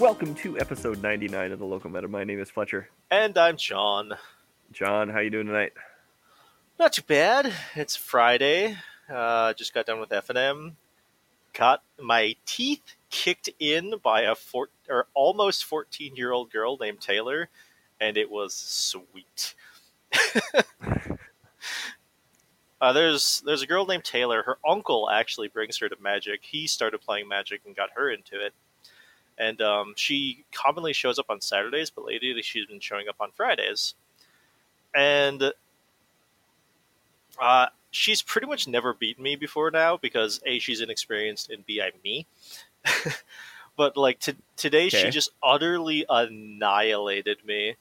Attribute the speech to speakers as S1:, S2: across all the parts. S1: Welcome to episode 99 of the Local Meta. My name is Fletcher.
S2: And I'm John.
S1: John, how you doing tonight?
S2: Not too bad. It's Friday. Uh, just got done with F and M. Got my teeth kicked in by a four or almost 14 year old girl named Taylor, and it was sweet. uh, there's there's a girl named Taylor. Her uncle actually brings her to Magic. He started playing Magic and got her into it. And um, she commonly shows up on Saturdays, but lately she's been showing up on Fridays. And uh, she's pretty much never beaten me before now because a she's inexperienced and b I'm me. but like to today,
S1: Okay.
S2: she just utterly annihilated me,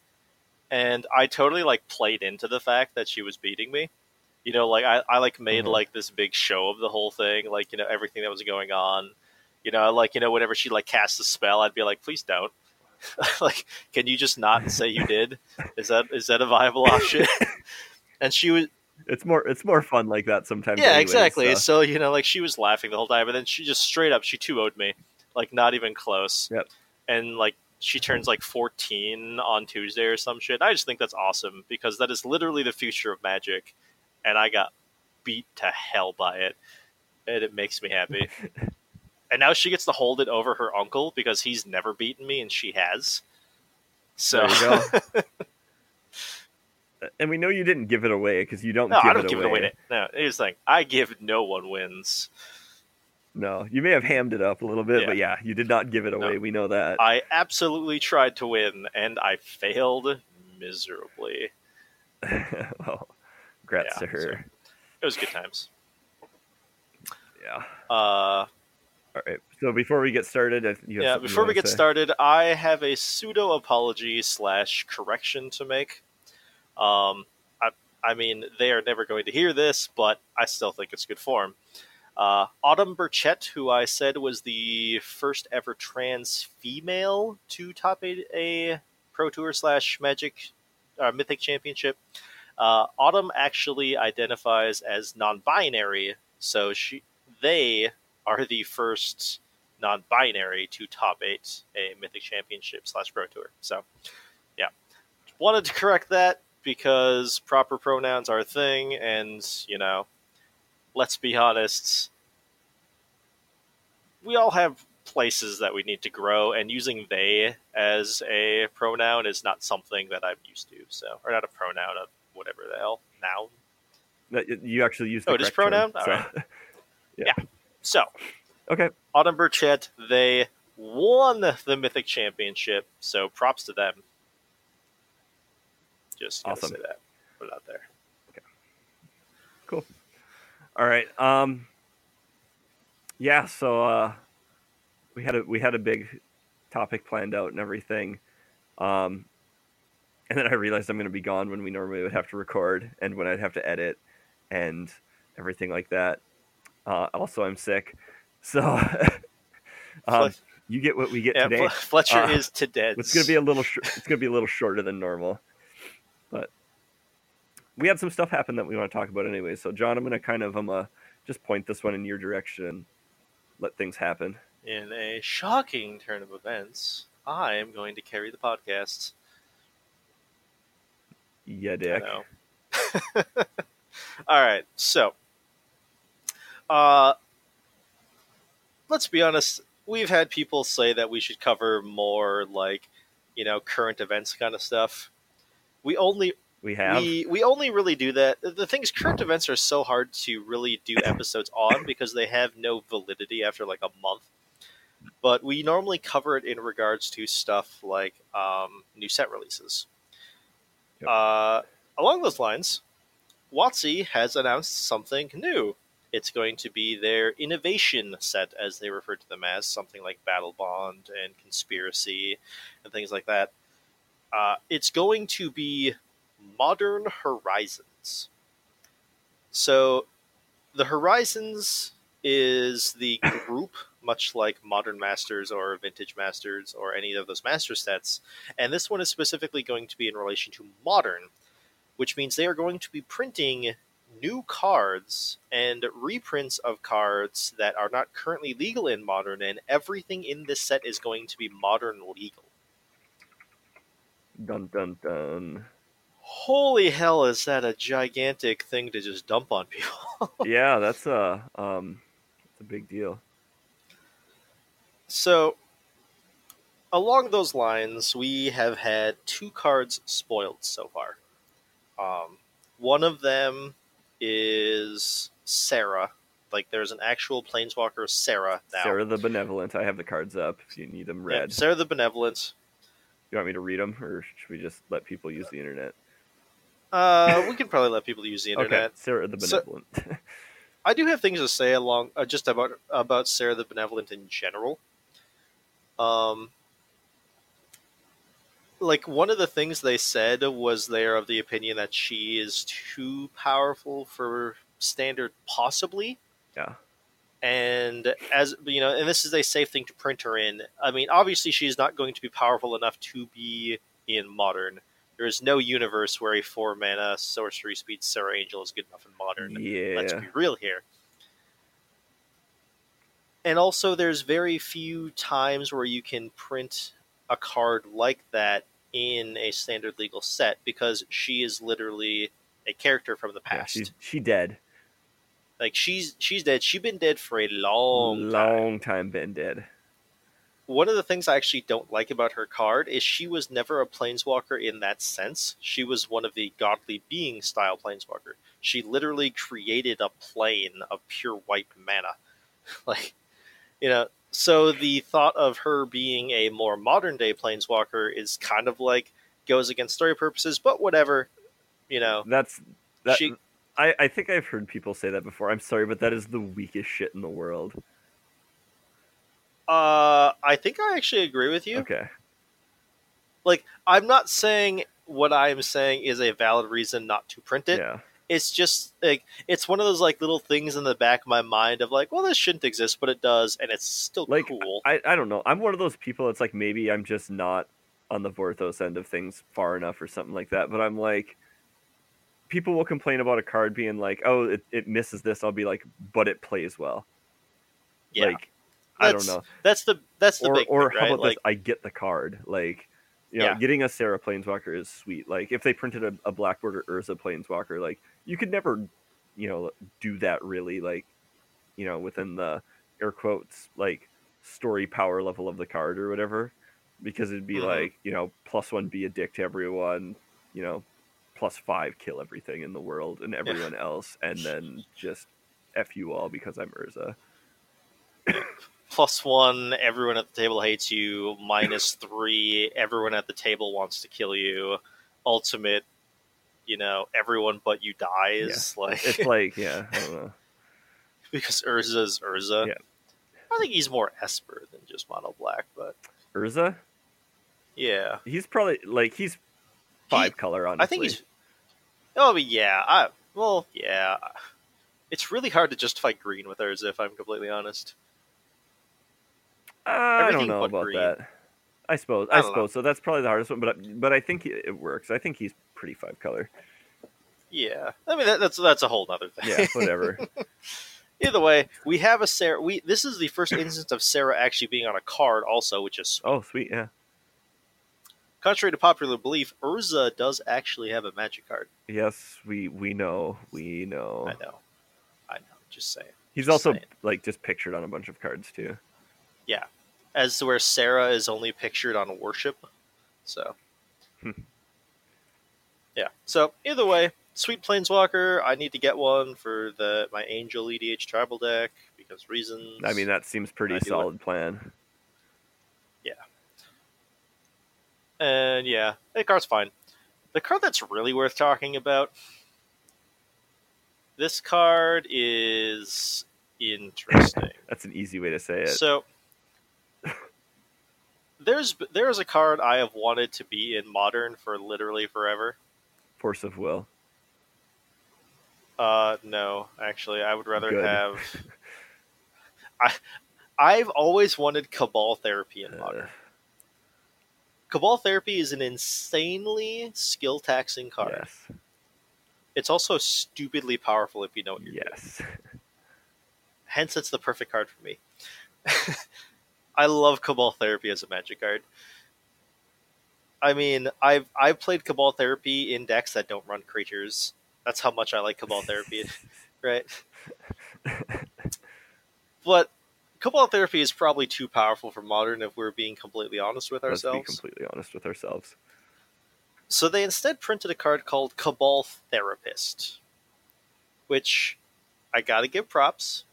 S2: and I totally like played into the fact that she was beating me. You know, like I, I like made
S1: Mhm.
S2: like this big show of the whole thing, like you know everything that was going on. You know, like you know whenever she like cast a spell, I'd be like, please don't. like, can you just not say you did? Is that is that a viable option? and she was
S1: It's more it's more fun like that sometimes.
S2: yeah,
S1: anyways,
S2: exactly.
S1: so-
S2: So you know, like she was laughing the whole time, and then she just straight up she two would me, like not even close.
S1: Yep.
S2: And like she turns like fourteen on Tuesday or some shit. I just think that's awesome because that is literally the future of Magic, and I got beat to hell by it, and it makes me happy. and now she gets to hold it over her uncle because he's never beaten me and she has. So
S1: There you go. and we know you didn't give it away because you don't.
S2: no,
S1: give
S2: I don't
S1: it
S2: give
S1: away.
S2: it away. to- No, here's the thing: I give no one wins.
S1: No, you may have hammed it up a little bit,
S2: Yeah.
S1: but yeah, you did not give it away. We know that.
S2: I absolutely tried to win, and I failed miserably.
S1: well, congrats
S2: Uh,
S1: to
S2: Yeah,
S1: her.
S2: It was good times.
S1: Yeah.
S2: Uh,
S1: All right. So before we get started, if you have
S2: yeah.
S1: something you
S2: Before we
S1: wanna
S2: get
S1: say.
S2: started, I have a pseudo apology slash correction to make. Um, I, I mean, they are never going to hear this, but I still think it's good form. Uh, Autumn Burchett, who I said was the first ever trans female to top a, a Pro Tour slash Magic uh, Mythic Championship, uh, Autumn actually identifies as non-binary, so she they are the first non-binary to top eight a Mythic Championship slash Pro Tour. So, yeah, wanted to correct that because proper pronouns are a thing, and you know, let's be honest, we all have places that we need to grow, and using they as a pronoun is not something that I'm used to. So, or not a pronoun, a whatever the hell noun.
S1: No, you- you actually used the
S2: Oh, it is
S1: correct term,
S2: pronoun? All
S1: so-
S2: So,
S1: Okay.
S2: Autumn Burchett, they won the Mythic Championship, so props to them. Just gotta
S1: Awesome.
S2: say that. Put it out there.
S1: All right. Um Yeah, so uh we had a we had a big topic planned out and everything. Um and then I realized I'm going to be gone when we normally would have to record and when I'd have to edit and everything like that. Uh also I'm sick. So um,
S2: Flet-
S1: you get what we get
S2: yeah,
S1: today.
S2: Fle- Fletcher
S1: uh,
S2: is to dead.
S1: It's gonna be a little. Sh- it's gonna be a little shorter than normal, but we had some stuff happen that we want to talk about anyway. So John, I'm gonna kind of I'm uh, just point this one in your direction and let things happen.
S2: In a shocking turn of events, I am going to carry the podcast.
S1: Yeah,
S2: I
S1: Dick.
S2: know. All right, so uh, let's be honest. We've had people say that we should cover more, like you know, current events kind of stuff. We only
S1: We have.
S2: we we only really do that. The thing is, current events are so hard to really do episodes on because they have no validity after like a month. But we normally cover it in regards to stuff like um, new set releases.
S1: Yep.
S2: Uh, along those lines, WotC has announced something new. It's going to be their innovation set, as they refer to them as, something like Battle Bond and Conspiracy and things like that. Uh, it's going to be Modern Horizons. So, the Horizons is the group, much like Modern Masters or Vintage Masters or any of those master sets, and this one is specifically going to be in relation to Modern, which means they are going to be printing new cards and reprints of cards that are not currently legal in modern, and everything in this set is going to be modern legal.
S1: Dun dun dun.
S2: Holy hell, is that a gigantic thing to just dump on people?
S1: yeah, that's a um, it's a big deal.
S2: so, along those lines, we have had two cards spoiled so far. Um, one of them is Sarah. Like, there's an actual Planeswalker, Sarah, now.
S1: Sarah the Benevolent. I have the cards up. If you need them
S2: Yeah,
S1: read,
S2: Sarah the Benevolent.
S1: you want me to read them, or should we just let people use the internet?
S2: Uh, we can probably let people use the internet.
S1: Okay, Sarah the
S2: So-
S1: Benevolent.
S2: I do have things to say along uh, just about about Sarah the Benevolent in general. Um, like one of the things they said was they're of the opinion that she is too powerful for standard, possibly.
S1: Yeah.
S2: And as you know, and this is a safe thing to print her in. I mean, obviously, she's not going to be powerful enough to be in modern. There is no universe where a four mana sorcery speed Sarah Angel is good enough in modern let's
S1: yeah,
S2: be real here. And also, there's very few times where you can print a card like that in a standard legal set because she is literally a character from the
S1: yeah
S2: past.
S1: she's she dead.
S2: like she's she's dead. She's been dead for a long, time.
S1: Long time been dead.
S2: One of the things I actually don't like about her card is she was never a planeswalker in that sense. She was one of the godly being style planeswalker. She literally created a plane of pure white mana. like you know so the thought of her being a more modern day planeswalker is kind of like goes against story purposes but whatever you know
S1: That's that.
S2: she
S1: I, I think I've heard people say that before. I'm sorry, but that is the weakest shit in the world.
S2: uh i think i actually agree with you
S1: Okay.
S2: like i'm not saying what i am saying is a valid reason not to print it
S1: yeah.
S2: it's just like it's one of those like little things in the back of my mind of like well this shouldn't exist but it does and it's still
S1: Like,
S2: cool
S1: I, I don't know. I'm one of those people that's like maybe I'm just not on the Vorthos end of things far enough or something like that. But I'm like people will complain about a card being like, oh, it, it misses this. I'll be like, but it plays well.
S2: yeah
S1: Like I don't
S2: That's-
S1: know.
S2: that's the that's the
S1: Or
S2: big
S1: or
S2: thing,
S1: how
S2: right?
S1: about
S2: like
S1: this? I get the card. Like you know,
S2: Yeah.
S1: getting a Sarah Planeswalker is sweet. Like if they printed a, a Blackboard or Urza Planeswalker, like you could never, you know, do that really. Like you know, within the air quotes like story power level of the card or whatever, because it'd be
S2: Mhm.
S1: like you know plus one be a dick to everyone, you know, plus five kill everything in the world and everyone else, and then just f you all because I'm Urza.
S2: plus one, everyone at the table hates you. Minus three, everyone at the table wants to kill you. Ultimate, you know, everyone but you dies. Like
S1: It's like yeah, I don't know.
S2: because Urza's Urza.
S1: Yeah.
S2: I think he's more Esper than just Mono Black, but
S1: Urza.
S2: yeah,
S1: He's probably like he's five color. Honestly,
S2: I think he's. Oh but yeah, I well yeah. It's really hard to justify green with Urza if I'm completely honest.
S1: Uh, I don't
S2: everything
S1: know
S2: but
S1: about
S2: green.
S1: that. I suppose. I,
S2: I don't know.
S1: suppose so. That's probably the hardest one, but but I think it it works. I think he's pretty five color.
S2: Yeah, I mean that, that's that's a whole other thing.
S1: Yeah, whatever.
S2: Either way, we have a Sarah. We this is the first instance of Sarah actually being on a card, also, which is
S1: oh, sweet. Yeah,
S2: contrary to popular belief. Urza does actually have a magic card.
S1: yes, we we know, we know.
S2: I know, I know. Just saying.
S1: He's
S2: just
S1: also
S2: saying.
S1: like just pictured on a bunch of cards too.
S2: As to where Sarah is only pictured on worship, so
S1: Hmm.
S2: yeah. So either way, sweet planeswalker. I need to get one for the my angel EDH tribal deck because reasons.
S1: I mean, that seems pretty
S2: I do it.
S1: solid plan.
S2: and yeah, that card's fine. The card that's really worth talking about. This card is interesting.
S1: That's an easy way to say it.
S2: so there's there is a card I have wanted to be in modern for literally forever.
S1: Force of will.
S2: Uh, no, actually, I would rather
S1: Good.
S2: have. I I've always wanted Cabal therapy in modern.
S1: Uh,
S2: Cabal therapy is an insanely skill taxing card.
S1: yes.
S2: It's also stupidly powerful if you know what you're doing.
S1: Yes.
S2: Hence, it's the perfect card for me. I love Cabal Therapy as a magic card. I mean, I've I've played Cabal Therapy in decks that don't run creatures. That's how much I like Cabal Therapy, right? But Cabal Therapy is probably too powerful for modern if we're being completely honest with
S1: Let's be
S2: ourselves.
S1: completely honest with ourselves.
S2: So they instead printed a card called Cabal Therapist, which I gotta give props.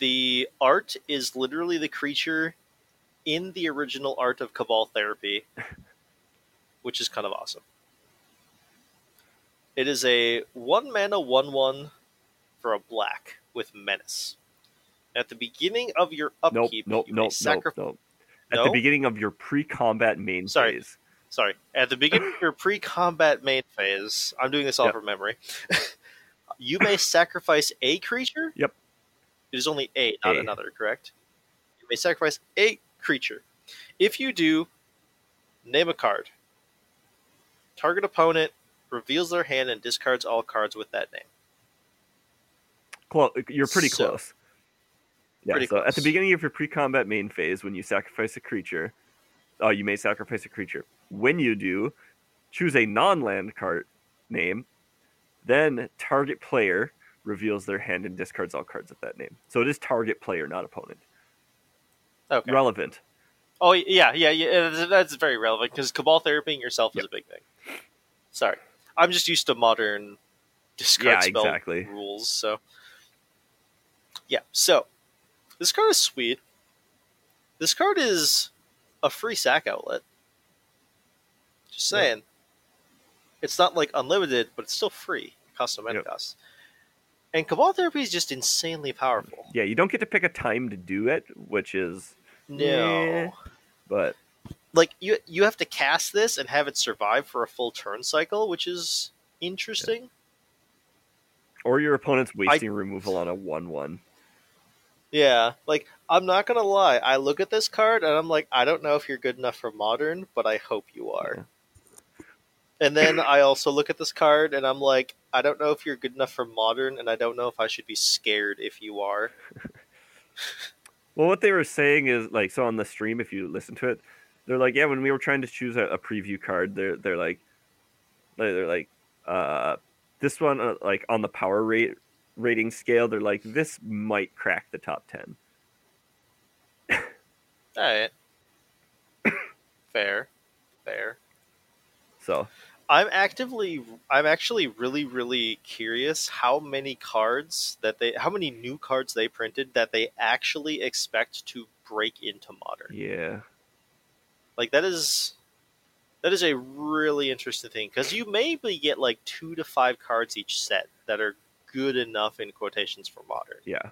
S2: The art is literally the creature in the original art of Cabal Therapy, which is kind of awesome. It is a one mana, one one for a black with menace. At the beginning of your
S1: Nope,
S2: upkeep,
S1: nope,
S2: you may
S1: nope,
S2: sacri-
S1: nope, nope. At the
S2: No?
S1: beginning of your pre-combat main
S2: Sorry.
S1: phase,
S2: Sorry. At the beginning of your pre combat main phase, I'm doing this all
S1: Yep.
S2: from memory. you may sacrifice a creature.
S1: Yep.
S2: It is only a, not
S1: A.
S2: another, correct? You may sacrifice a creature. If you do, name a card. Target opponent reveals their hand and discards all cards with that name.
S1: Clo- you're pretty
S2: So-
S1: close. Yeah,
S2: Pretty
S1: so at the
S2: close.
S1: beginning of your pre-combat main phase, when you sacrifice a creature, oh, you may sacrifice a creature. When you do, choose a non-land card name, then target player reveals their hand and discards all cards of that name. So it is target player, not opponent.
S2: Okay.
S1: Relevant.
S2: Oh yeah, yeah, yeah. that's- That's very relevant because cabal therapying yourself is a big thing. Sorry, I'm just used to modern discard
S1: Yeah,
S2: spell
S1: exactly.
S2: rules. So yeah, so this card is sweet. This card is a free sack outlet. Just
S1: Yeah.
S2: saying, it's not like unlimited, but it's still free. Cost of mana
S1: Yep.
S2: cost. And cabal therapy is just insanely powerful.
S1: Yeah, you don't get to pick a time to do it, which is
S2: No.
S1: Mm. Yeah. but
S2: like you you have to cast this and have it survive for a full turn cycle, which is interesting.
S1: or your opponent's wasting removal on a one-one.
S2: Yeah, like I'm not gonna lie, I look at this card and I'm like, I don't know if you're good enough for modern, but I hope you are. And then I also look at this card and I'm like, I don't know if you're good enough for modern, and I don't know if I should be scared if you are.
S1: Well, what they were saying is like so on the stream. If you listen to it, they're like, yeah, when we were trying to choose a, a preview card, they're they're like, they're they're like, uh, this one uh, like on the power rate rating scale, they're like, this might crack the top ten.
S2: All right, fair, fair.
S1: So
S2: I'm actively I'm actually really really curious how many cards that they how many new cards they printed that they actually expect to break into modern.
S1: yeah,
S2: Like that is that is a really interesting thing cuz you maybe get like 2 to 5 cards each set that are good enough in quotations for modern.
S1: yeah,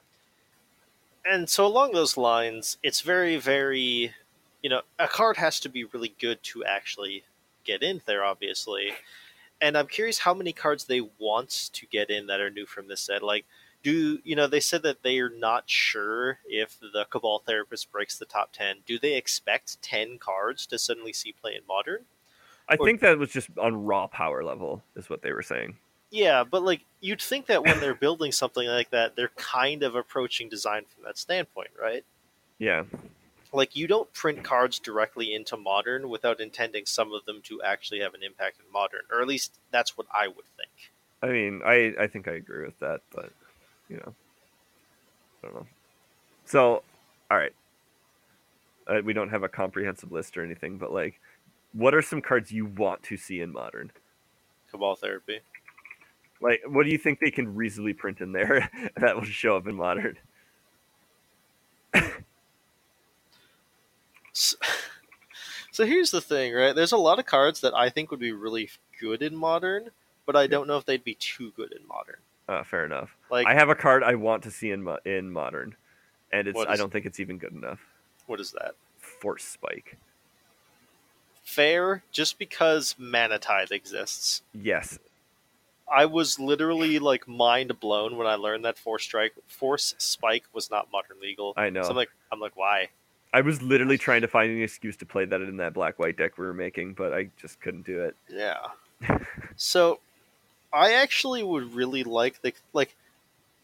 S2: And so along those lines, it's very very you know, a card has to be really good to actually get in there obviously. and I'm curious how many cards they want to get in that are new from this set. Like, do you know they said that they are not sure if the Cabal Therapist breaks the top ten? Do they expect ten cards to suddenly see play in Modern?
S1: I
S2: Or-
S1: think that was just on raw power level is what they were saying.
S2: Yeah, but like you'd think that when they're building something like that, they're kind of approaching design from that standpoint, right?
S1: Yeah,
S2: Like you don't print cards directly into Modern without intending some of them to actually have an impact in Modern, or at least that's what I would think.
S1: I mean, I I think I agree with that, but you know, I don't know. So, all right, uh, we don't have a comprehensive list or anything, but like, what are some cards you want to see in modern?
S2: Cabal Therapy.
S1: Like, what do you think they can reasonably print in there that will show up in modern?
S2: So, so here's the thing, right? There's a lot of cards that I think would be really good in modern, but I don't know if they'd be too good in modern.
S1: Uh, fair enough.
S2: Like,
S1: I have a card I want to see in mo- in modern, and it's
S2: What
S1: I
S2: is-
S1: don't think it's even good enough.
S2: what is that?
S1: Force Spike.
S2: Fair, just because Manatide exists.
S1: Yes,
S2: I was literally like mind blown when I learned that Force Strike, Force Spike was not modern legal.
S1: I know.
S2: So I'm like, I'm like, why?
S1: I was literally trying to find an excuse to play that in that black white deck we were making, but I just couldn't do it.
S2: Yeah. so I actually would really like the like.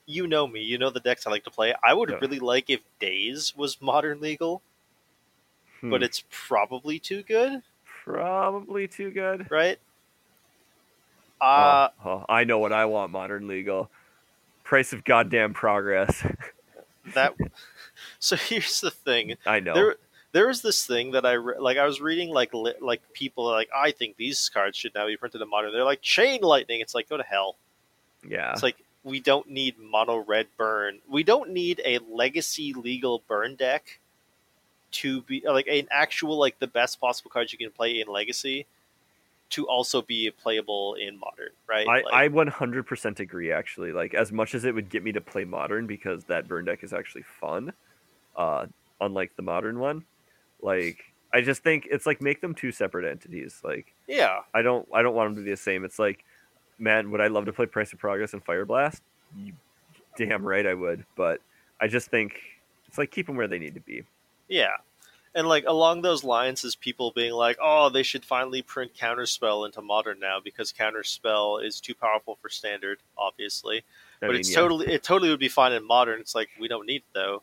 S2: You know me. You know the decks I like to play. I would
S1: Yeah.
S2: really like if Days was modern legal,
S1: Hmm,
S2: but it's probably too good,
S1: probably too good.
S2: right? Uh,
S1: oh, oh, I know what I want. Modern legal. Price of goddamn progress.
S2: that. So here's the thing.
S1: I know.
S2: There, there was this thing that I re- like. I was reading like li- like people are like I think these cards should now be printed in modern. They're like chain lightning. It's like go to hell.
S1: yeah.
S2: It's like we don't need mono red burn. We don't need a legacy legal burn deck to be like an actual like the best possible cards you can play in legacy to also be playable in modern. Right?
S1: I,
S2: Like,
S1: I 100% agree actually like as much as it would get me to play modern because that burn deck is actually fun uh unlike the modern one like i just think it's like make them two separate entities like
S2: yeah.
S1: i don't i don't want them to be the same it's like man would i love to play price of progress and fire blast you damn right i would but i just think it's like keep them where they need to be
S2: Yeah. And like along those lines is people being like, "Oh, they should finally print Counterspell into Modern now because Counterspell is too powerful for Standard, obviously."
S1: I
S2: but
S1: mean,
S2: it's
S1: yeah.
S2: totally it totally would be fine in Modern. It's like we don't need it though.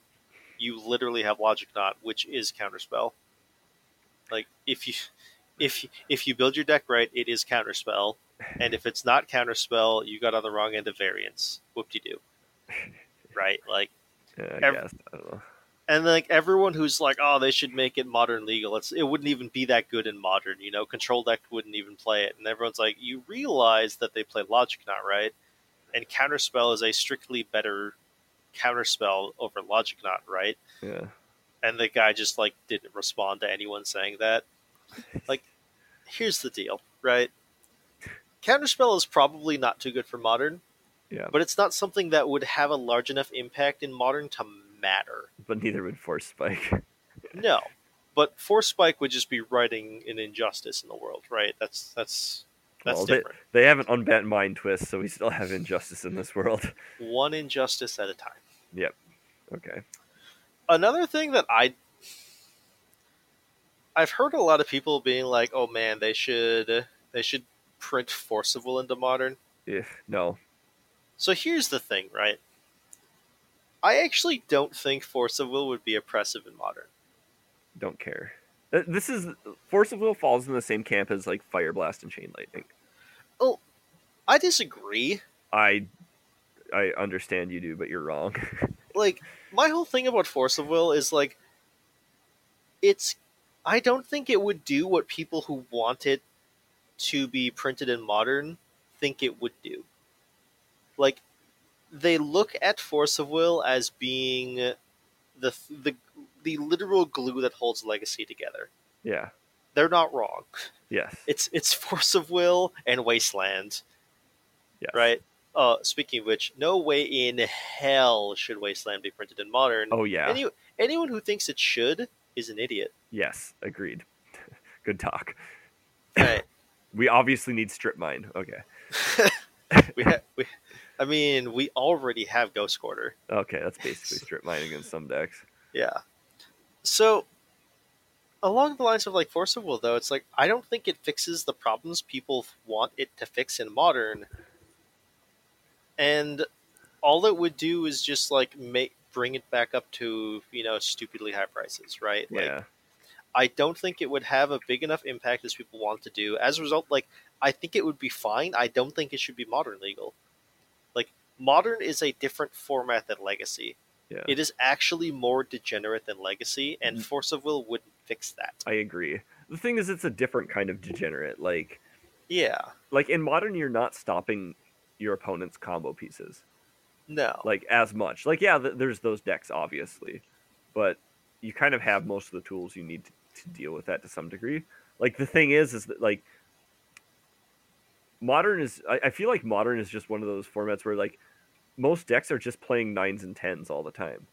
S2: You literally have Logic Knot, which is Counterspell. Like if you if if you build your deck right, it is Counterspell, and if it's not Counterspell, you got on the wrong end of variance. Whoop de doo. Right, like,
S1: yeah, I
S2: every-
S1: guess. I don't know.
S2: and like everyone who's like, oh, they should make it modern legal. It's it wouldn't even be that good in modern, you know. Control deck wouldn't even play it, and everyone's like, you realize that they play Logic Knot, right? And Counterspell is a strictly better Counterspell over Logic Knot, right?
S1: yeah
S2: And the guy just like didn't respond to anyone saying that. Like, here's the deal, right? Counterspell is probably not too good for modern,
S1: yeah but,
S2: but it's not something that would have a large enough impact in modern to matter.
S1: neither would force spike
S2: No, but Force Spike would just be writing an injustice in the world, right? That's that's that's
S1: Well, they-
S2: different.
S1: they have an unbent mind twist so we still have injustice in this world
S2: One injustice at a time.
S1: Okay.
S2: Another thing that I I've heard a lot of people being like, "Oh man, they should they should print Forcible into Modern."
S1: Yeah. eh, No.
S2: So here's the thing, right? I actually don't think Force of Will would be oppressive in Modern.
S1: Don't care. Th- This is Force of Will falls in the same camp as like Fire Blast and Chain Lightning.
S2: I disagree.
S1: I I understand you do, but you're wrong.
S2: like my whole thing about force of will is like it's i don't think it would do what people who want it to be printed in modern think it would do like they look at force of will as being the the the literal glue that holds legacy together
S1: yeah.
S2: they're not wrong
S1: Yes.
S2: it's it's force of will and wasteland
S1: yes.
S2: right uh speaking of which no way in hell should wasteland be printed in modern
S1: Oh yeah.
S2: any, anyone who thinks it should is an idiot.
S1: yes. Agreed. Good talk.
S2: Right.
S1: We obviously need strip mine. Okay.
S2: we ha- we, I mean, we already have Ghost Quarter.
S1: Okay, that's basically strip mine against some decks.
S2: Yeah. So, along the lines of like Force of Will, though, it's like I don't think it fixes the problems people want it to fix in modern. And all it would do is just like make bring it back up to you know stupidly high prices, right? Like,
S1: Yeah.
S2: I don't think it would have a big enough impact as people want to do. As a result, like I think it would be fine. I don't think it should be modern legal. Like modern is a different format than legacy.
S1: Yeah.
S2: It is actually more degenerate than legacy, and
S1: Mm.
S2: Force of Will wouldn't fix that.
S1: I agree. The thing is it's a different kind of degenerate. Like
S2: Yeah.
S1: like in modern you're not stopping your opponent's combo pieces.
S2: No.
S1: like as much. Like yeah, th- there's those decks obviously, but you kind of have most of the tools you need to, to deal with that to some degree. Like the thing is, is that like modern is. I, I feel like modern is just one of those formats where like most decks are just playing nines and tens all the time.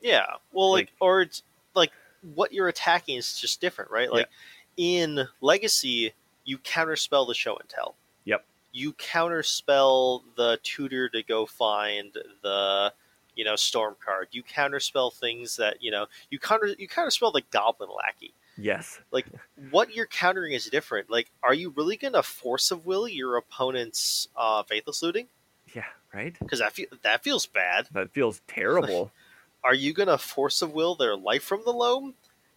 S2: Yeah. Well, like,
S1: Like-
S2: or it's like what you're attacking is just different, right? Like in Legacy, you counterspell the show and tell.
S1: Yep.
S2: You counterspell the tutor to go find the you know storm card. You counterspell things that you know you counter you counterspell the goblin lackey.
S1: Yes.
S2: like what you're countering is different. Like, are you really going to force of will your opponent's uh, faithless looting?
S1: Yeah. Right.
S2: Because that fe- that feels bad.
S1: That feels terrible.
S2: Are you going to force of will their life from the loam?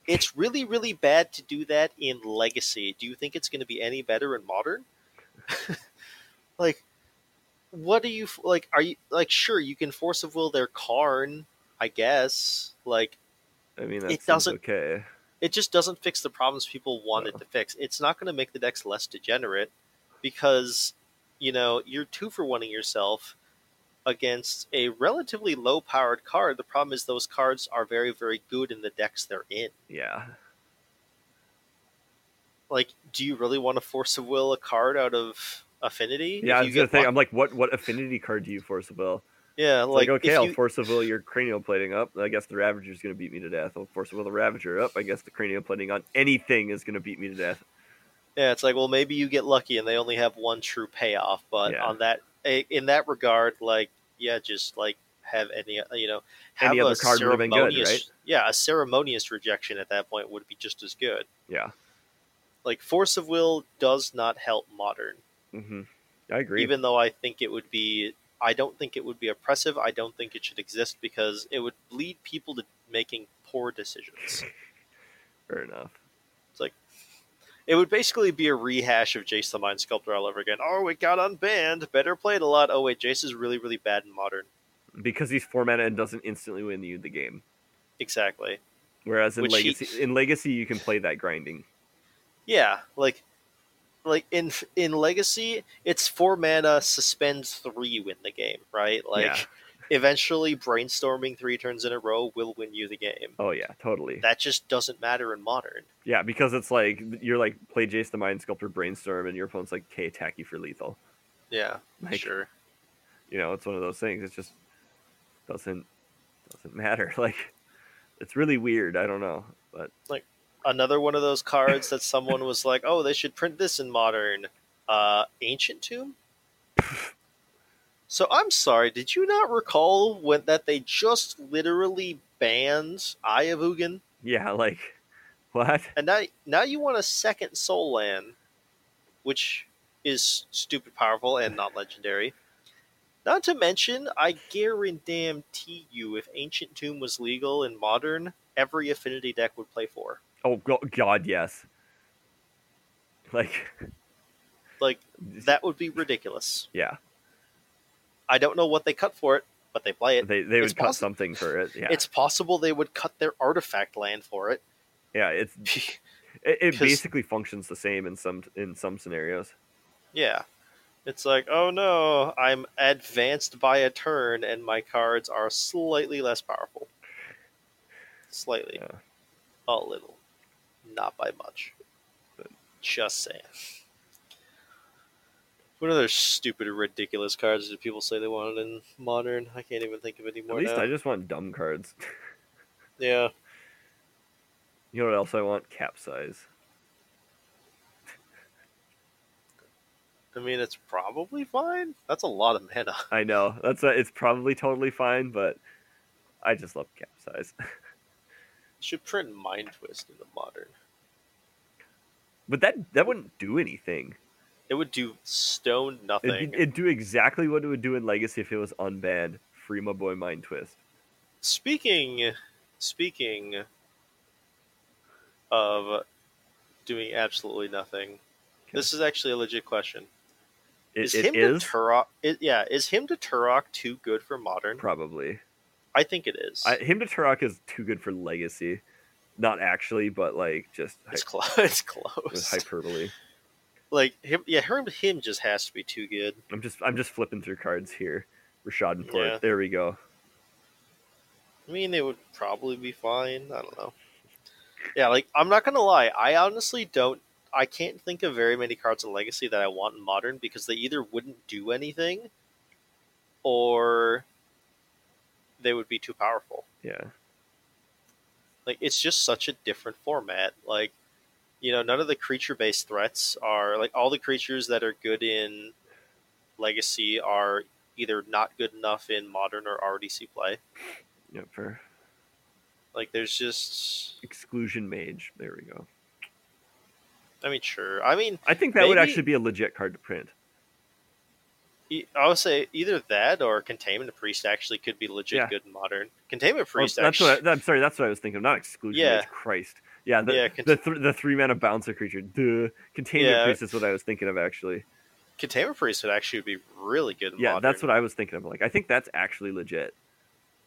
S2: It's really really bad to do that in Legacy. Do you think it's going to be any better in Modern? like, what do you f- like? Are you like sure you can force of will their Karn? I guess like
S1: I mean, that
S2: It
S1: seems
S2: doesn't-
S1: Okay.
S2: it just doesn't fix the problems people want it to fix. It's not going to make the decks less degenerate because you know you're two for oneing yourself against a relatively low powered card. The problem is those cards are very very good in the decks they're in.
S1: Yeah.
S2: Like, do you really want to force a will a card out of affinity?
S1: Yeah.
S2: If
S1: That's the
S2: you get
S1: thing.
S2: luck-
S1: I'm like, what what affinity card do you force a will?
S2: yeah,
S1: It's like,
S2: like,
S1: okay,
S2: if
S1: I'll
S2: you,
S1: force a will your cranial plating up. I guess the Ravager's going to beat me to death. I'll force a will the Ravager up. I guess the cranial plating on anything is going to beat me to death.
S2: Yeah, it's like, well, maybe you get lucky and they only have one true payoff, but
S1: Yeah.
S2: on that, i- in that regard, like, yeah, just like have any, uh, you know, have
S1: Any
S2: a
S1: other card would've been good,
S2: ceremonious,
S1: right?
S2: yeah, a ceremonious rejection at that point would be just as good.
S1: Yeah.
S2: Like, force of will does not help modern,
S1: hmm I agree.
S2: even though I think it would be, I don't think it would be oppressive. I don't think it should exist because it would lead people to making poor decisions.
S1: Fair enough.
S2: It would basically be a rehash of Jace the Mind Sculptor all over again. Oh, it got unbanned. Better play it a lot. Oh wait, Jace is really, really bad in modern.
S1: Because he's four mana and doesn't instantly win you the game.
S2: Exactly.
S1: Whereas in
S2: Which he-
S1: legacy, in legacy, you can play that grinding.
S2: Yeah, like, like in in Legacy, it's four mana, suspend three, win the game. Right? Like,
S1: Yeah.
S2: eventually, brainstorming three turns in a row will win you the game.
S1: Oh yeah, totally.
S2: That just doesn't matter in modern.
S1: Yeah, because it's like you're like play Jace the Mind Sculptor brainstorm, and your opponent's like, "Okay, attack you for lethal."
S2: Yeah,
S1: Like,
S2: sure.
S1: you know, it's one of those things. It just doesn't doesn't matter. Like, it's really weird. I don't know, but
S2: Another one of those cards that someone was like, "Oh, they should print this in modern." Uh, Ancient Tomb. So I'm sorry, did you not recall when that they just literally banned Eye of Ugin?
S1: yeah, like, what?
S2: And now now you want a second soul land, which is stupid powerful and not legendary. Not to mention, I guarantee you, if Ancient Tomb was legal in modern, every affinity deck would play for.
S1: Oh go- God, yes. Like,
S2: Like, that would be ridiculous.
S1: yeah,
S2: I don't know what they cut for it, but they play it.
S1: they they
S2: It's
S1: would cut
S2: possi-
S1: something for it. Yeah,
S2: It's possible they would cut their artifact land for it.
S1: yeah, it's it, it
S2: 'Cause-
S1: basically functions the same in some in some scenarios.
S2: Yeah. It's like, oh no, I'm advanced by a turn and my cards are slightly less powerful. Slightly.
S1: Yeah.
S2: A little. Not by much. Just saying. What other stupid, ridiculous cards did people say they wanted in modern? I can't even think of any
S1: At
S2: more
S1: least
S2: now.
S1: I just want dumb cards.
S2: Yeah.
S1: You know what else I want? Capsize.
S2: I mean, it's probably fine. That's a lot of mana.
S1: I know that's a, it's probably totally fine, but I just love capsize.
S2: Should print Mind Twist in the modern.
S1: But that that wouldn't do anything.
S2: It would do stone nothing.
S1: It, it'd do exactly what it would do in Legacy if it was unbanned. Free my boy Mind Twist.
S2: Speaking, speaking of doing absolutely nothing, this is actually a legit question.
S1: It
S2: is
S1: it
S2: him
S1: is?
S2: to Turok? i yeah, is him to Turok too good for modern?
S1: probably.
S2: I think it is.
S1: I, him to Turok is too good for Legacy. Not actually, but like just hy-
S2: it's close. It's
S1: with
S2: close.
S1: hyperbole.
S2: Like him, yeah, him, him just has to be too good.
S1: I'm just I'm just flipping through cards here. Rashad and Port.
S2: Yeah.
S1: There we go.
S2: I mean, they would probably be fine. I don't know. Yeah, like I'm not gonna lie. I honestly don't. I can't think of very many cards in Legacy that I want in Modern because they either wouldn't do anything, or they would be too powerful.
S1: Yeah.
S2: Like it's just such a different format. Like, you know, none of the creature-based threats are like all the creatures that are good in Legacy are either not good enough in Modern or already see play.
S1: Yep. Fair.
S2: Like there's just
S1: Exclusion Mage. There we go.
S2: I mean sure. I mean
S1: I think that would
S2: Maybe-
S1: actually be a legit card to print. Oh,
S2: e- I would say either that or Containment Priest actually could be legit
S1: Yeah.
S2: good in modern. Containment
S1: Or
S2: Priest
S1: that's
S2: actually
S1: what I, am sorry. That's what I was thinking. Not Exclusion
S2: Yeah.
S1: Mage. Christ. Yeah. The
S2: Yeah,
S1: the, th- the three mana bouncer creature. Duh. Containment
S2: Yeah.
S1: Priest is what I was thinking of actually.
S2: Containment Priest would actually be really good in
S1: Yeah,
S2: modern.
S1: that's what I was thinking of. Like I think that's actually legit.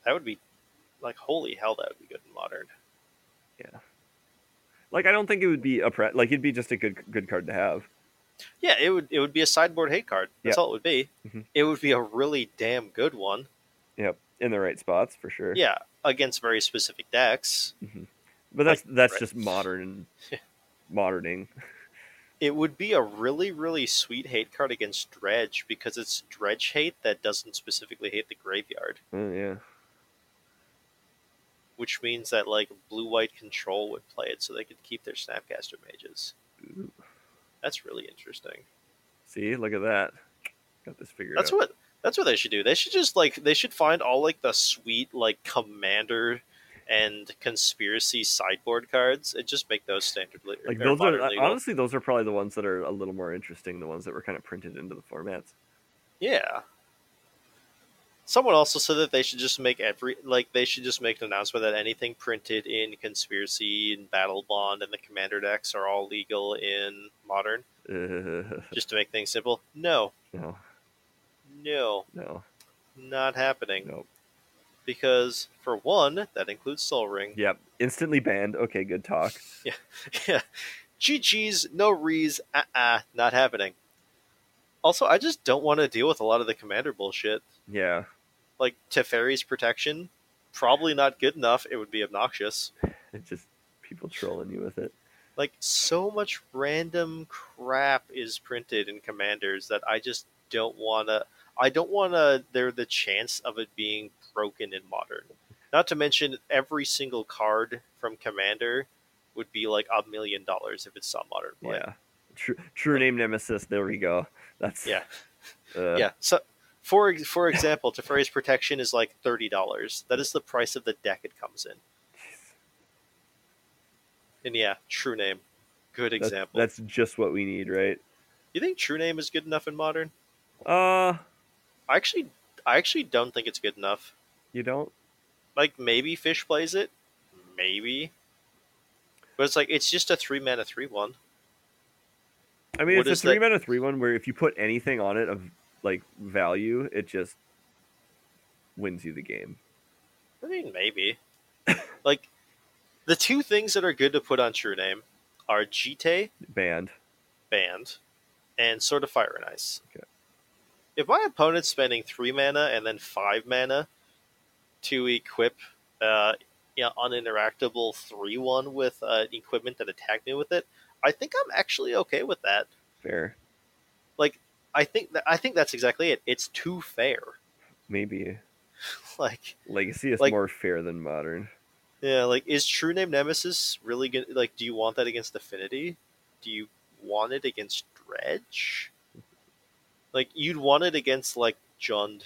S2: that would be like holy hell that would be good in modern.
S1: Like I don't think it would be a pre- like it'd be just a good good card to have.
S2: Yeah, it would it would be a sideboard hate card. That's all it would be.
S1: Mhm.
S2: It would be a really damn good one.
S1: Yep. In the right spots for sure.
S2: Yeah, against very specific decks.
S1: But that's that's
S2: right.
S1: just modern moderning.
S2: It would be a really, really sweet hate card against Dredge because it's Dredge hate that doesn't specifically hate the graveyard,
S1: Uh, yeah.
S2: which means that like blue white control would play it so they could keep their Snapcaster mages.
S1: Ooh.
S2: That's really interesting.
S1: See, look at that. Got this figured
S2: That's
S1: out.
S2: what that's what they should do. They should just like they should find all like the sweet like commander and conspiracy sideboard cards and just make those standard le-
S1: like
S2: or
S1: those are
S2: modern legal.
S1: honestly those are probably the ones that are a little more interesting. The ones that were kind of printed into the formats.
S2: Yeah. Someone also said that they should just make every like they should just make an announcement that anything printed in conspiracy and battle bond and the commander decks are all legal in modern,
S1: Uh,
S2: just to make things simple. No,
S1: no,
S2: no,
S1: no,
S2: not happening
S1: no.
S2: because for one, that includes Soul Ring.
S1: Yep. Instantly banned. Okay, good talk.
S2: Yeah. GG's, no rees, uh uh not happening. Also, I just don't want to deal with a lot of the commander bullshit.
S1: Yeah.
S2: Like Teferi's protection, probably not good enough. It would be obnoxious.
S1: It's just people trolling you with it.
S2: Like, so much random crap is printed in commanders that I just don't want to. I don't want to. There the chance of it being broken in modern. Not to mention, every single card from commander would be like a million dollars if it's saw modern play.
S1: Yeah. True, true name nemesis. There we go. That's
S2: Yeah.
S1: Uh,
S2: yeah. So, for ex- for example, Teferi's protection is like thirty dollars. That is the price of the deck it comes in. And yeah, True Name, good
S1: that's-
S2: example.
S1: That's, just what we need, right?
S2: you think True Name is good enough in Modern?
S1: Uh,
S2: I actually, I actually don't think it's good enough.
S1: you don't.
S2: Like maybe Fish plays it, maybe, but it's like it's just a three mana three one.
S1: I mean,
S2: What
S1: it's
S2: is
S1: a three
S2: that-
S1: mana three one where if you put anything on it of like value, it just wins you the game.
S2: I mean, maybe. like, the two things that are good to put on True Name are Jite
S1: Banned.
S2: band and sort of fire and ice.
S1: Okay.
S2: If my opponent's spending three mana and then five mana to equip uh, you know, uninteractable three one with uh, equipment that attacked me with it, I think I'm actually okay with that.
S1: Fair.
S2: I think that I think that's exactly it. It's too fair.
S1: Maybe
S2: Like
S1: legacy is
S2: Like-
S1: more fair than modern.
S2: yeah, like is True Name Nemesis really good? Like, do you want that against Affinity? Do you want it against Dredge? Like, you'd want it against like Jund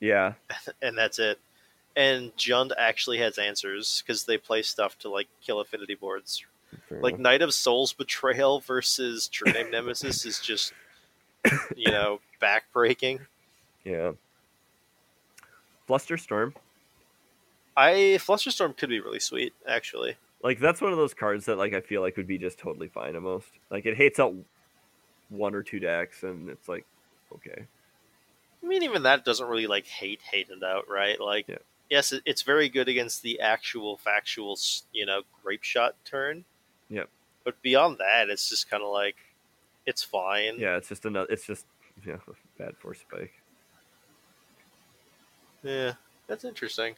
S1: Yeah.
S2: and that's it. And Jund actually has answers because they play stuff to like kill affinity boards.
S1: fair
S2: Like
S1: enough.
S2: Knight of Souls Betrayal versus True Name Nemesis is just, you know, backbreaking.
S1: yeah. Flusterstorm.
S2: I Flusterstorm could be really sweet actually.
S1: Like that's one of those cards that like I feel like would be just totally fine almost. Like it hates out one or two decks, and it's like okay.
S2: I mean, even that doesn't really like hate hate it out, right? Like,
S1: Yeah.
S2: yes, it, it's very good against the actual factual, s- you know, grape shot turn.
S1: Yep.
S2: But beyond that, it's just kind of like, it's fine.
S1: Yeah, it's just another. It's just yeah, bad force spike.
S2: Yeah. That's interesting.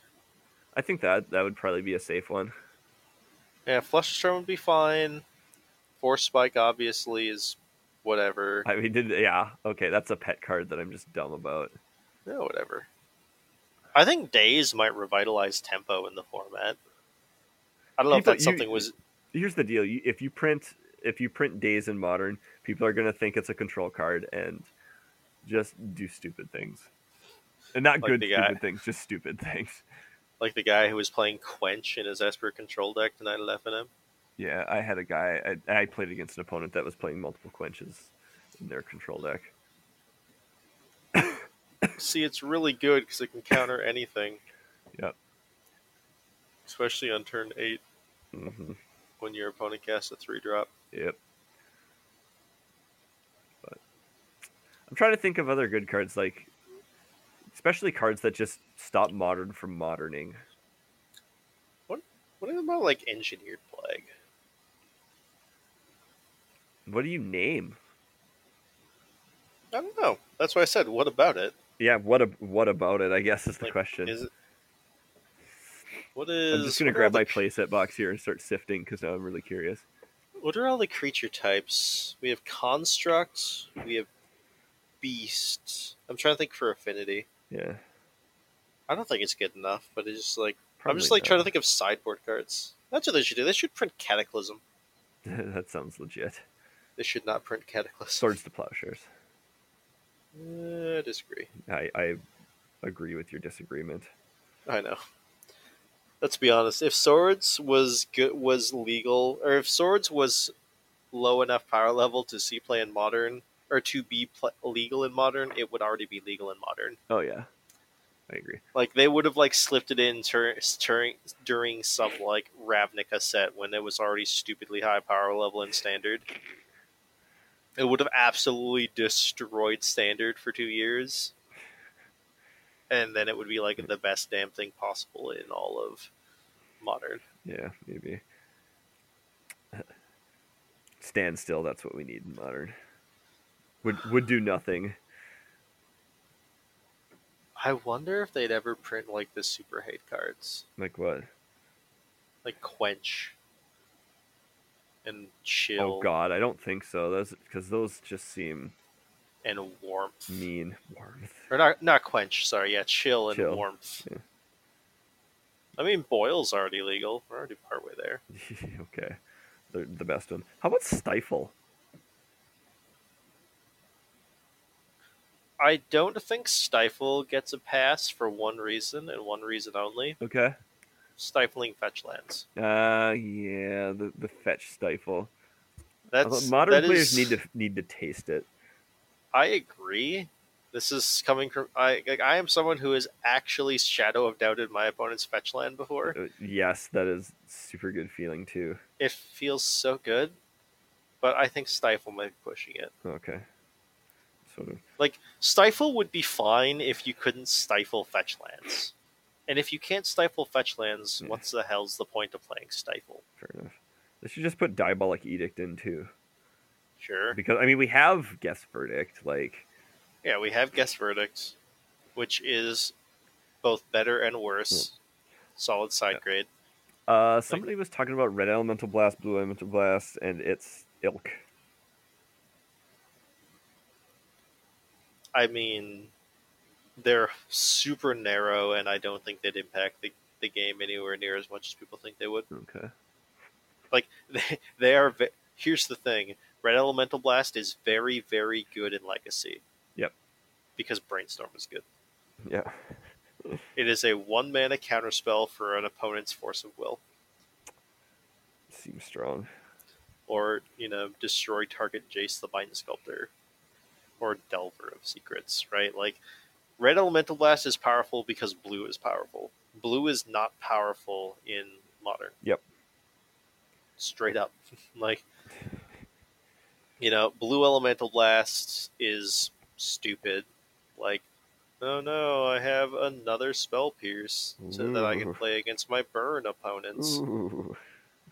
S1: I think that that would probably be a safe one.
S2: Yeah, Flusterstorm would be fine. Force Spike obviously is whatever.
S1: I mean, did yeah, okay, that's a pet card that I'm just dumb about.
S2: No, whatever. I think Days might revitalize tempo in the format. I don't know
S1: You
S2: if
S1: thought-
S2: that's
S1: you-
S2: something was
S1: Here's the deal: you, if you print if you print days in modern, people are gonna think it's a control card and just do stupid things, and not
S2: Like
S1: good
S2: the
S1: stupid
S2: guy.
S1: things, just stupid things.
S2: Like the guy who was playing Quench in his Esper control deck tonight at FNM.
S1: Yeah, I had a guy. I, I played against an opponent that was playing multiple quenches in their control deck.
S2: See, it's really good because it can counter anything.
S1: Yep.
S2: Especially on turn eight
S1: hmm
S2: when your opponent casts a three drop.
S1: Yep. But I'm trying to think of other good cards, like especially cards that just stop modern from moderning.
S2: What about like Engineered Plague?
S1: What do you name?
S2: I don't know. That's why I said, what about it?
S1: Yeah, what ab- what about it? I guess is the
S2: Like,
S1: question.
S2: Is it? What is?
S1: I'm just gonna
S2: what are
S1: grab
S2: all
S1: my
S2: the,
S1: playset box here and start sifting because now I'm really curious.
S2: What are all the creature types? We have construct. We have beast. I'm trying to think for affinity.
S1: Yeah,
S2: I don't think it's good enough, but it's just like I'm
S1: probably
S2: just like
S1: not.
S2: trying to think of sideboard cards. That's what they should do. They should print Cataclysm.
S1: that sounds legit.
S2: They should not print Cataclysm.
S1: Swords to plowshares.
S2: Uh, I disagree.
S1: I, I agree with your disagreement.
S2: I know. Let's be honest. If swords was good, was legal, or if swords was low enough power level to see play in modern, or to be pl- legal in modern, it would already be legal in modern.
S1: Oh yeah, I agree.
S2: Like they would have like slipped it in tur- during during some like Ravnica set when it was already stupidly high power level in standard. It would have absolutely destroyed standard for two years, and then it would be like the best damn thing possible in all of modern.
S1: Yeah, maybe. Stand still. That's what we need in modern. Would would do nothing.
S2: I wonder if they'd ever print like the super hate cards,
S1: Like what?
S2: like quench and chill
S1: Oh God, I don't think so. Those because those just seem
S2: and warmth.
S1: mean. Warmth.
S2: or not not quench sorry yeah chill and
S1: Chill,
S2: warmth
S1: yeah.
S2: i mean boil's already legal we're already partway there
S1: okay, they're the best one. How about stifle?
S2: i don't think stifle gets a pass for one reason and one reason only
S1: Okay.
S2: stifling fetch lands
S1: Uh, yeah, the the fetch stifle. Although
S2: that's
S1: modern
S2: that
S1: players
S2: is-
S1: need to need to taste it.
S2: i agree this is coming from i like, i am someone who has actually shadow of doubted my opponent's fetch land before
S1: Uh, Yes, that is super good feeling too.
S2: it feels so good but i think stifle might be pushing it
S1: Okay. Sort of.
S2: Like stifle would be fine if you couldn't stifle fetch lands. And if you can't stifle fetch lands,
S1: Yeah.
S2: what's the hell's the point of playing stifle?
S1: Fair enough. They should just put diabolic edict in too,
S2: Sure.
S1: because I mean we have guess verdict. Like
S2: Yeah, we have guest verdicts, which is both better and worse. Solid side grade.
S1: uh, somebody was talking about red elemental blast, blue elemental blast, and its ilk.
S2: I mean, they're super narrow, and I don't think they'd impact the, the game anywhere near as much as people think they would.
S1: Okay.
S2: Like they, they are. Ve- Here's the thing: Red Elemental Blast is very, very good in Legacy.
S1: Yep.
S2: Because Brainstorm is good.
S1: Yeah.
S2: It is a one mana counterspell for an opponent's force of will,
S1: Seems strong.
S2: or you know, destroy target Jace the Bind Sculptor, or Delver of Secrets. Right? Like, Red Elemental Blast is powerful because Blue is powerful. Blue is not powerful in Modern.
S1: Yep.
S2: Straight up, like, you know, Blue Elemental Blast is stupid. Like, oh no, I have another Spell Pierce so that I can
S1: Ooh.
S2: play against my Burn opponents.
S1: Ooh.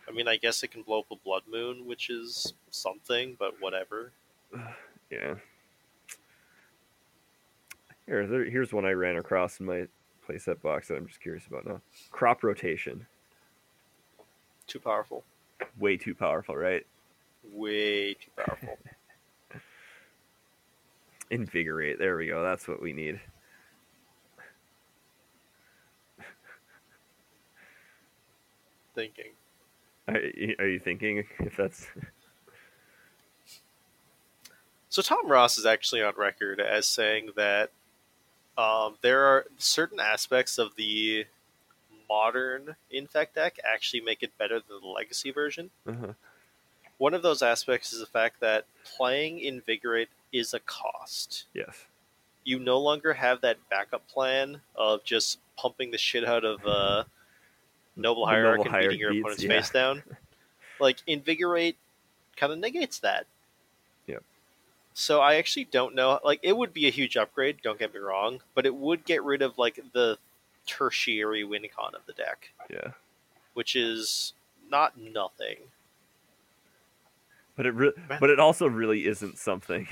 S2: I mean, I guess it can blow up a blood moon, which is something, but whatever.
S1: Yeah. Here, there, here's one I ran across in my playset box that I'm just curious about now. Crop rotation,
S2: Too powerful.
S1: way too powerful, right?
S2: Way too powerful.
S1: Invigorate. There we go. That's what we need.
S2: Thinking.
S1: Are, y- are you thinking if that's
S2: So Tom Ross is actually on record as saying that um, there are certain aspects of the modern Infect deck actually make it better than the Legacy version.
S3: Uh-huh.
S2: One of those aspects is the fact that playing Invigorate is a cost.
S1: Yes.
S2: You no longer have that backup plan of just pumping the shit out of uh, Noble
S1: The
S2: Hierarch
S1: Noble
S2: and
S1: Hierarch
S2: beating your
S1: beats,
S2: opponent's
S1: yeah.
S2: face down. Like, Invigorate kind of negates that.
S3: Yep.
S2: So I actually don't know. Like, it would be a huge upgrade, don't get me wrong, but it would get rid of, like, the tertiary win con of the deck,
S1: Yeah.
S2: which is not nothing.
S1: But it re-
S2: Man.
S1: but it also really isn't something.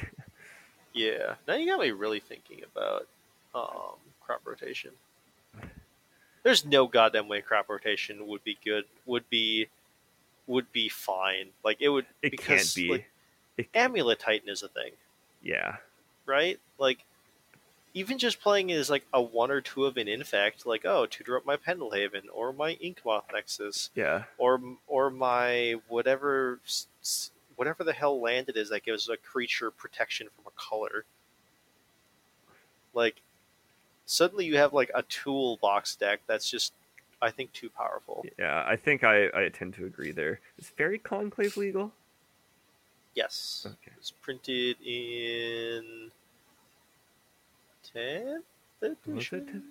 S2: Yeah. Now you got me really thinking about um, crop rotation. There's no goddamn way crop rotation would be good. Would be would be fine. Like it would
S1: It can't
S2: because
S1: be.
S2: like, amulet titan is a thing,
S1: yeah.
S2: right? Like even just playing as like a one or two of an infect, like oh, tutor up my Pendlehaven or my Inkmoth Nexus
S1: Yeah.
S2: or or my whatever s- s- whatever the hell land it is that gives a creature protection from a color. Like suddenly you have like a toolbox deck that's just I think too powerful.
S1: Yeah. I think I, I tend to agree there. Is Fairy Conclave legal?
S2: Yes.
S1: Okay.
S2: It's printed in 10th
S1: Was it
S2: edition.
S1: Tiffany?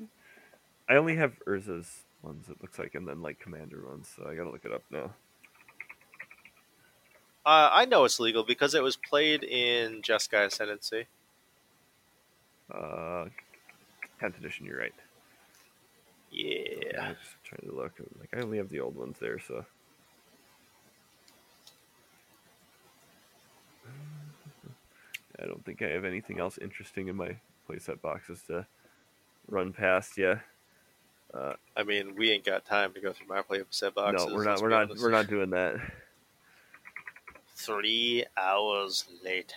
S1: I only have Urza's ones, it looks like, and then like Commander ones, so I gotta look it up now.
S2: Uh, I know it's legal because it was played in Jeskai Ascendancy.
S1: Uh, 10th edition, you're right.
S2: Yeah.
S1: I'm just trying to look. I'm Like I only have the old ones there, so. I don't think I have anything else interesting in my playset boxes to run past. Yeah,
S2: I mean, we ain't got time to go through my play of set boxes.
S1: no, we're not.
S2: let's
S1: We're
S2: be
S1: not.
S2: honest.
S1: We're not doing that.
S2: Three hours later.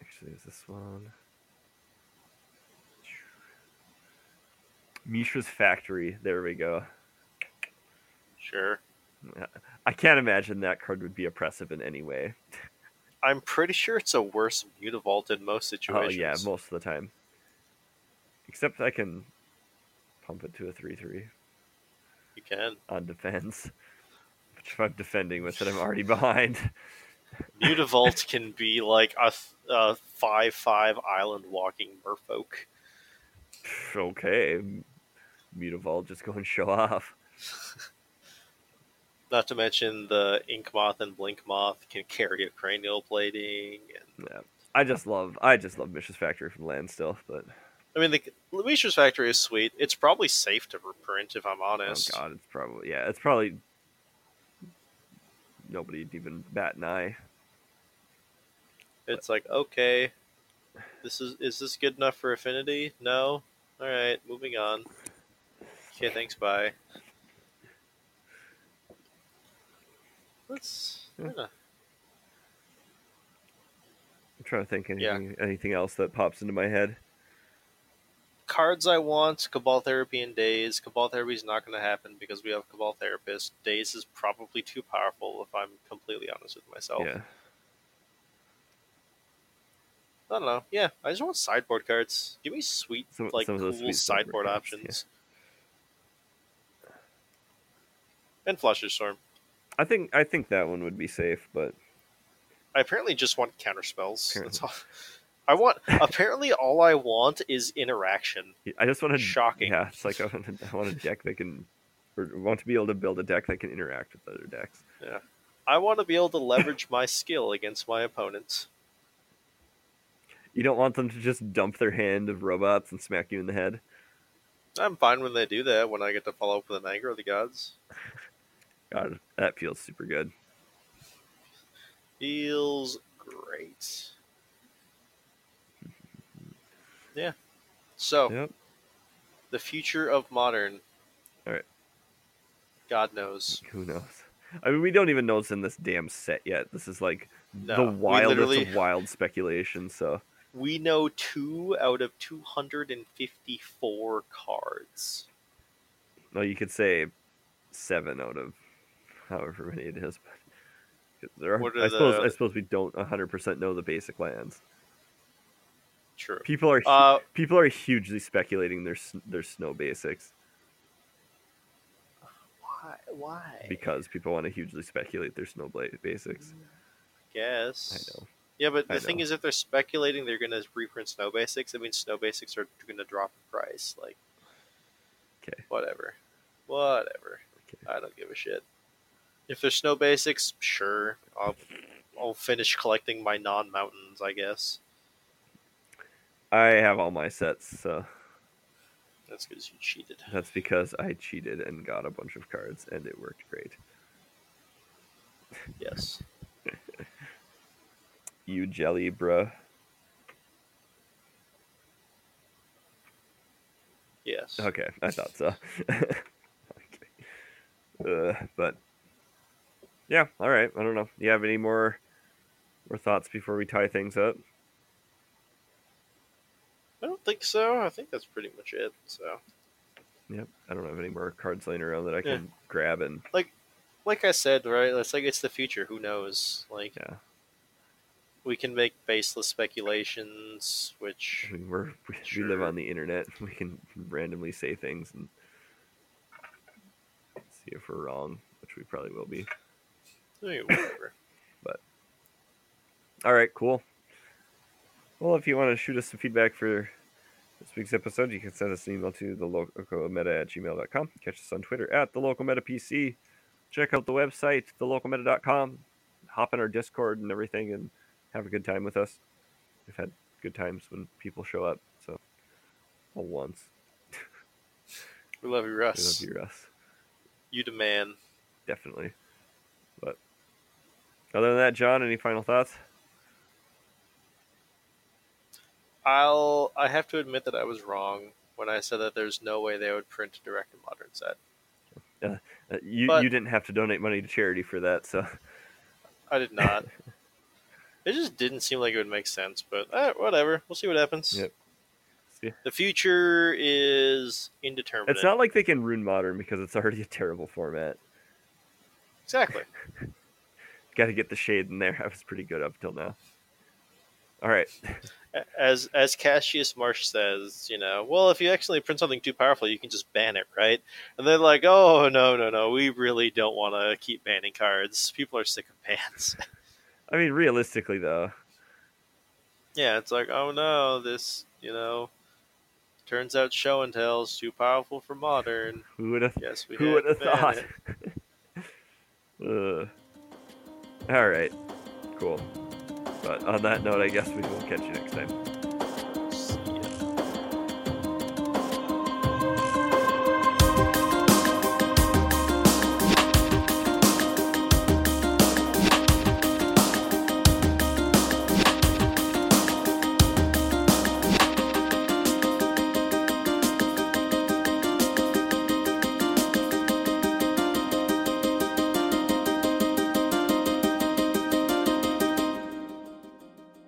S1: Actually, is this one? Mishra's Factory. There we go.
S2: Sure.
S1: I can't imagine that card would be oppressive in any way.
S2: I'm pretty sure it's a worse Mutavault in most
S1: Oh
S2: situations.
S1: yeah, most of the time. Except I can pump it to a three-three
S2: you can.
S1: on defense. Which if I'm defending with it, I'm already behind.
S2: Mutavault can be like a th- a five-five island walking merfolk.
S1: okay, Mutavault, just go and show off.
S2: Not to mention the Ink Moth and Blink Moth can carry a cranial plating. And,
S1: Yeah. I just love, I just love Mish's Factory from land still, but
S2: I mean, the Lumistra's Factory is sweet. It's probably safe to reprint, if I'm honest.
S1: oh god, it's probably yeah, it's probably nobody'd even bat an eye.
S2: It's like okay, this is is this good enough for affinity? No. All right, moving on. Okay, thanks. Bye. Let's.
S1: Yeah.
S2: yeah.
S1: I'm trying to think
S2: Yeah.
S1: anything, anything else that pops into my head.
S2: Cards I want Cabal Therapy and Days. Cabal Therapy is not going to happen because we have Cabal Therapist. Days is probably too powerful if I'm completely honest with myself.
S1: Yeah,
S2: I don't know. Yeah, I just want sideboard cards. Give me sweet,
S1: Some-
S2: like
S1: some of
S2: cool
S1: those sweet sideboard
S2: sideboard
S1: cards,
S2: options. And Flusher Storm.
S1: I think I think that one would be safe, but
S2: I apparently just want counter spells. That's
S1: Apparently.
S2: all. I want. apparently, all I want is interaction.
S1: I just want to
S2: Shocking.
S1: Yeah, it's like I want, a, I want a deck that can, or want to be able to build a deck that can interact with other decks.
S2: I want to be able to leverage my skill against my opponents.
S1: You don't want them to just dump their hand of robots and smack you in the head.
S2: I'm fine when they do that. When I get to follow up with an anger of the gods,
S1: God, that feels super good.
S2: feels great. Yeah. So
S1: Yep.
S2: the future of modern.
S1: Alright.
S2: God knows.
S1: Who knows? I mean, we don't even know it's in this damn set yet. This is like
S2: No,
S1: the
S2: we
S1: wildest
S2: literally-
S1: of wild speculation. So
S2: We know two out of 254 cards.
S1: no, you could say seven out of however many it is. But there are,
S2: What are
S1: I suppose.
S2: the-
S1: I suppose we don't hundred percent know the basic lands.
S2: True.
S1: People are
S2: Uh,
S1: people are hugely speculating their s- their snow basics.
S2: Why? Why?
S1: because people want to hugely speculate their snowblade basics. I
S2: Yes.
S1: know.
S2: Yeah, but the
S1: I
S2: thing
S1: know.
S2: is, if they're speculating they're going to reprint Snow Basics, it means Snow Basics are going to drop in price. Like,
S1: 'Kay.
S2: whatever, whatever.
S1: 'Kay.
S2: I don't give a shit. If there's Snow Basics, sure, I'll I'll finish collecting my non mountains. I guess
S1: I have all my sets, so
S2: that's because you cheated.
S1: that's because I cheated and got a bunch of cards, and it worked great.
S2: Yes.
S1: You jelly, bruh.
S2: Yes.
S1: Okay, I thought so. okay. uh, but yeah, all right. I don't know. You have any more more thoughts before we tie things up?
S2: I don't think so. I think that's pretty much it. So,
S1: Yep. I don't have any more cards laying around that I can grab and
S2: like I said, right? It's like it's the future. Who knows? Like,
S1: yeah.
S2: we can make baseless speculations, which
S1: I mean, we're we, we live
S2: Sure.
S1: on the internet. We can randomly say things and see if we're wrong, which we probably will be.
S2: eh, whatever.
S1: All right, cool. Well, if you want to shoot us some feedback for this week's episode, you can send us an email to the locometa at gmail.com. Catch us on Twitter at the locometa PC. Check out the website, thelocometa.com. Hop in our Discord and everything and have a good time with us. We've had good times when people show up. So, well, once.
S2: We love you,
S1: We love
S2: Russ.
S1: you, Russ.
S2: You the man.
S1: Definitely. But other than that, John, any final thoughts?
S2: I'll. I have to admit that I was wrong when I said that there's no way they would print a direct and modern set.
S1: Uh, you,
S2: But-
S1: you didn't have to donate money to charity for that, so.
S2: I did not. it just didn't seem like it would make sense, but eh, whatever. We'll see what happens.
S1: Yep. See?
S2: The future is indeterminate.
S1: It's not like they can ruin modern because it's already a terrible format.
S2: exactly.
S1: Got to get the shade in there. I was pretty good up till now. All right.
S2: A- As as Cassius Marsh says, you know, well, if you accidentally print something too powerful, you can just ban it, right? And they're like, oh no, no, no, we really don't want to keep banning cards. People are sick of bans.
S1: I mean, realistically though,
S2: Yeah, it's like, oh no, this, you know, turns out show and tell's too powerful for modern.
S1: who would have
S2: Yes, we
S1: who
S2: had
S1: would have
S2: to ban
S1: thought?
S2: it.
S1: Ugh. All right. Cool. But on that note, I guess we will catch you next time.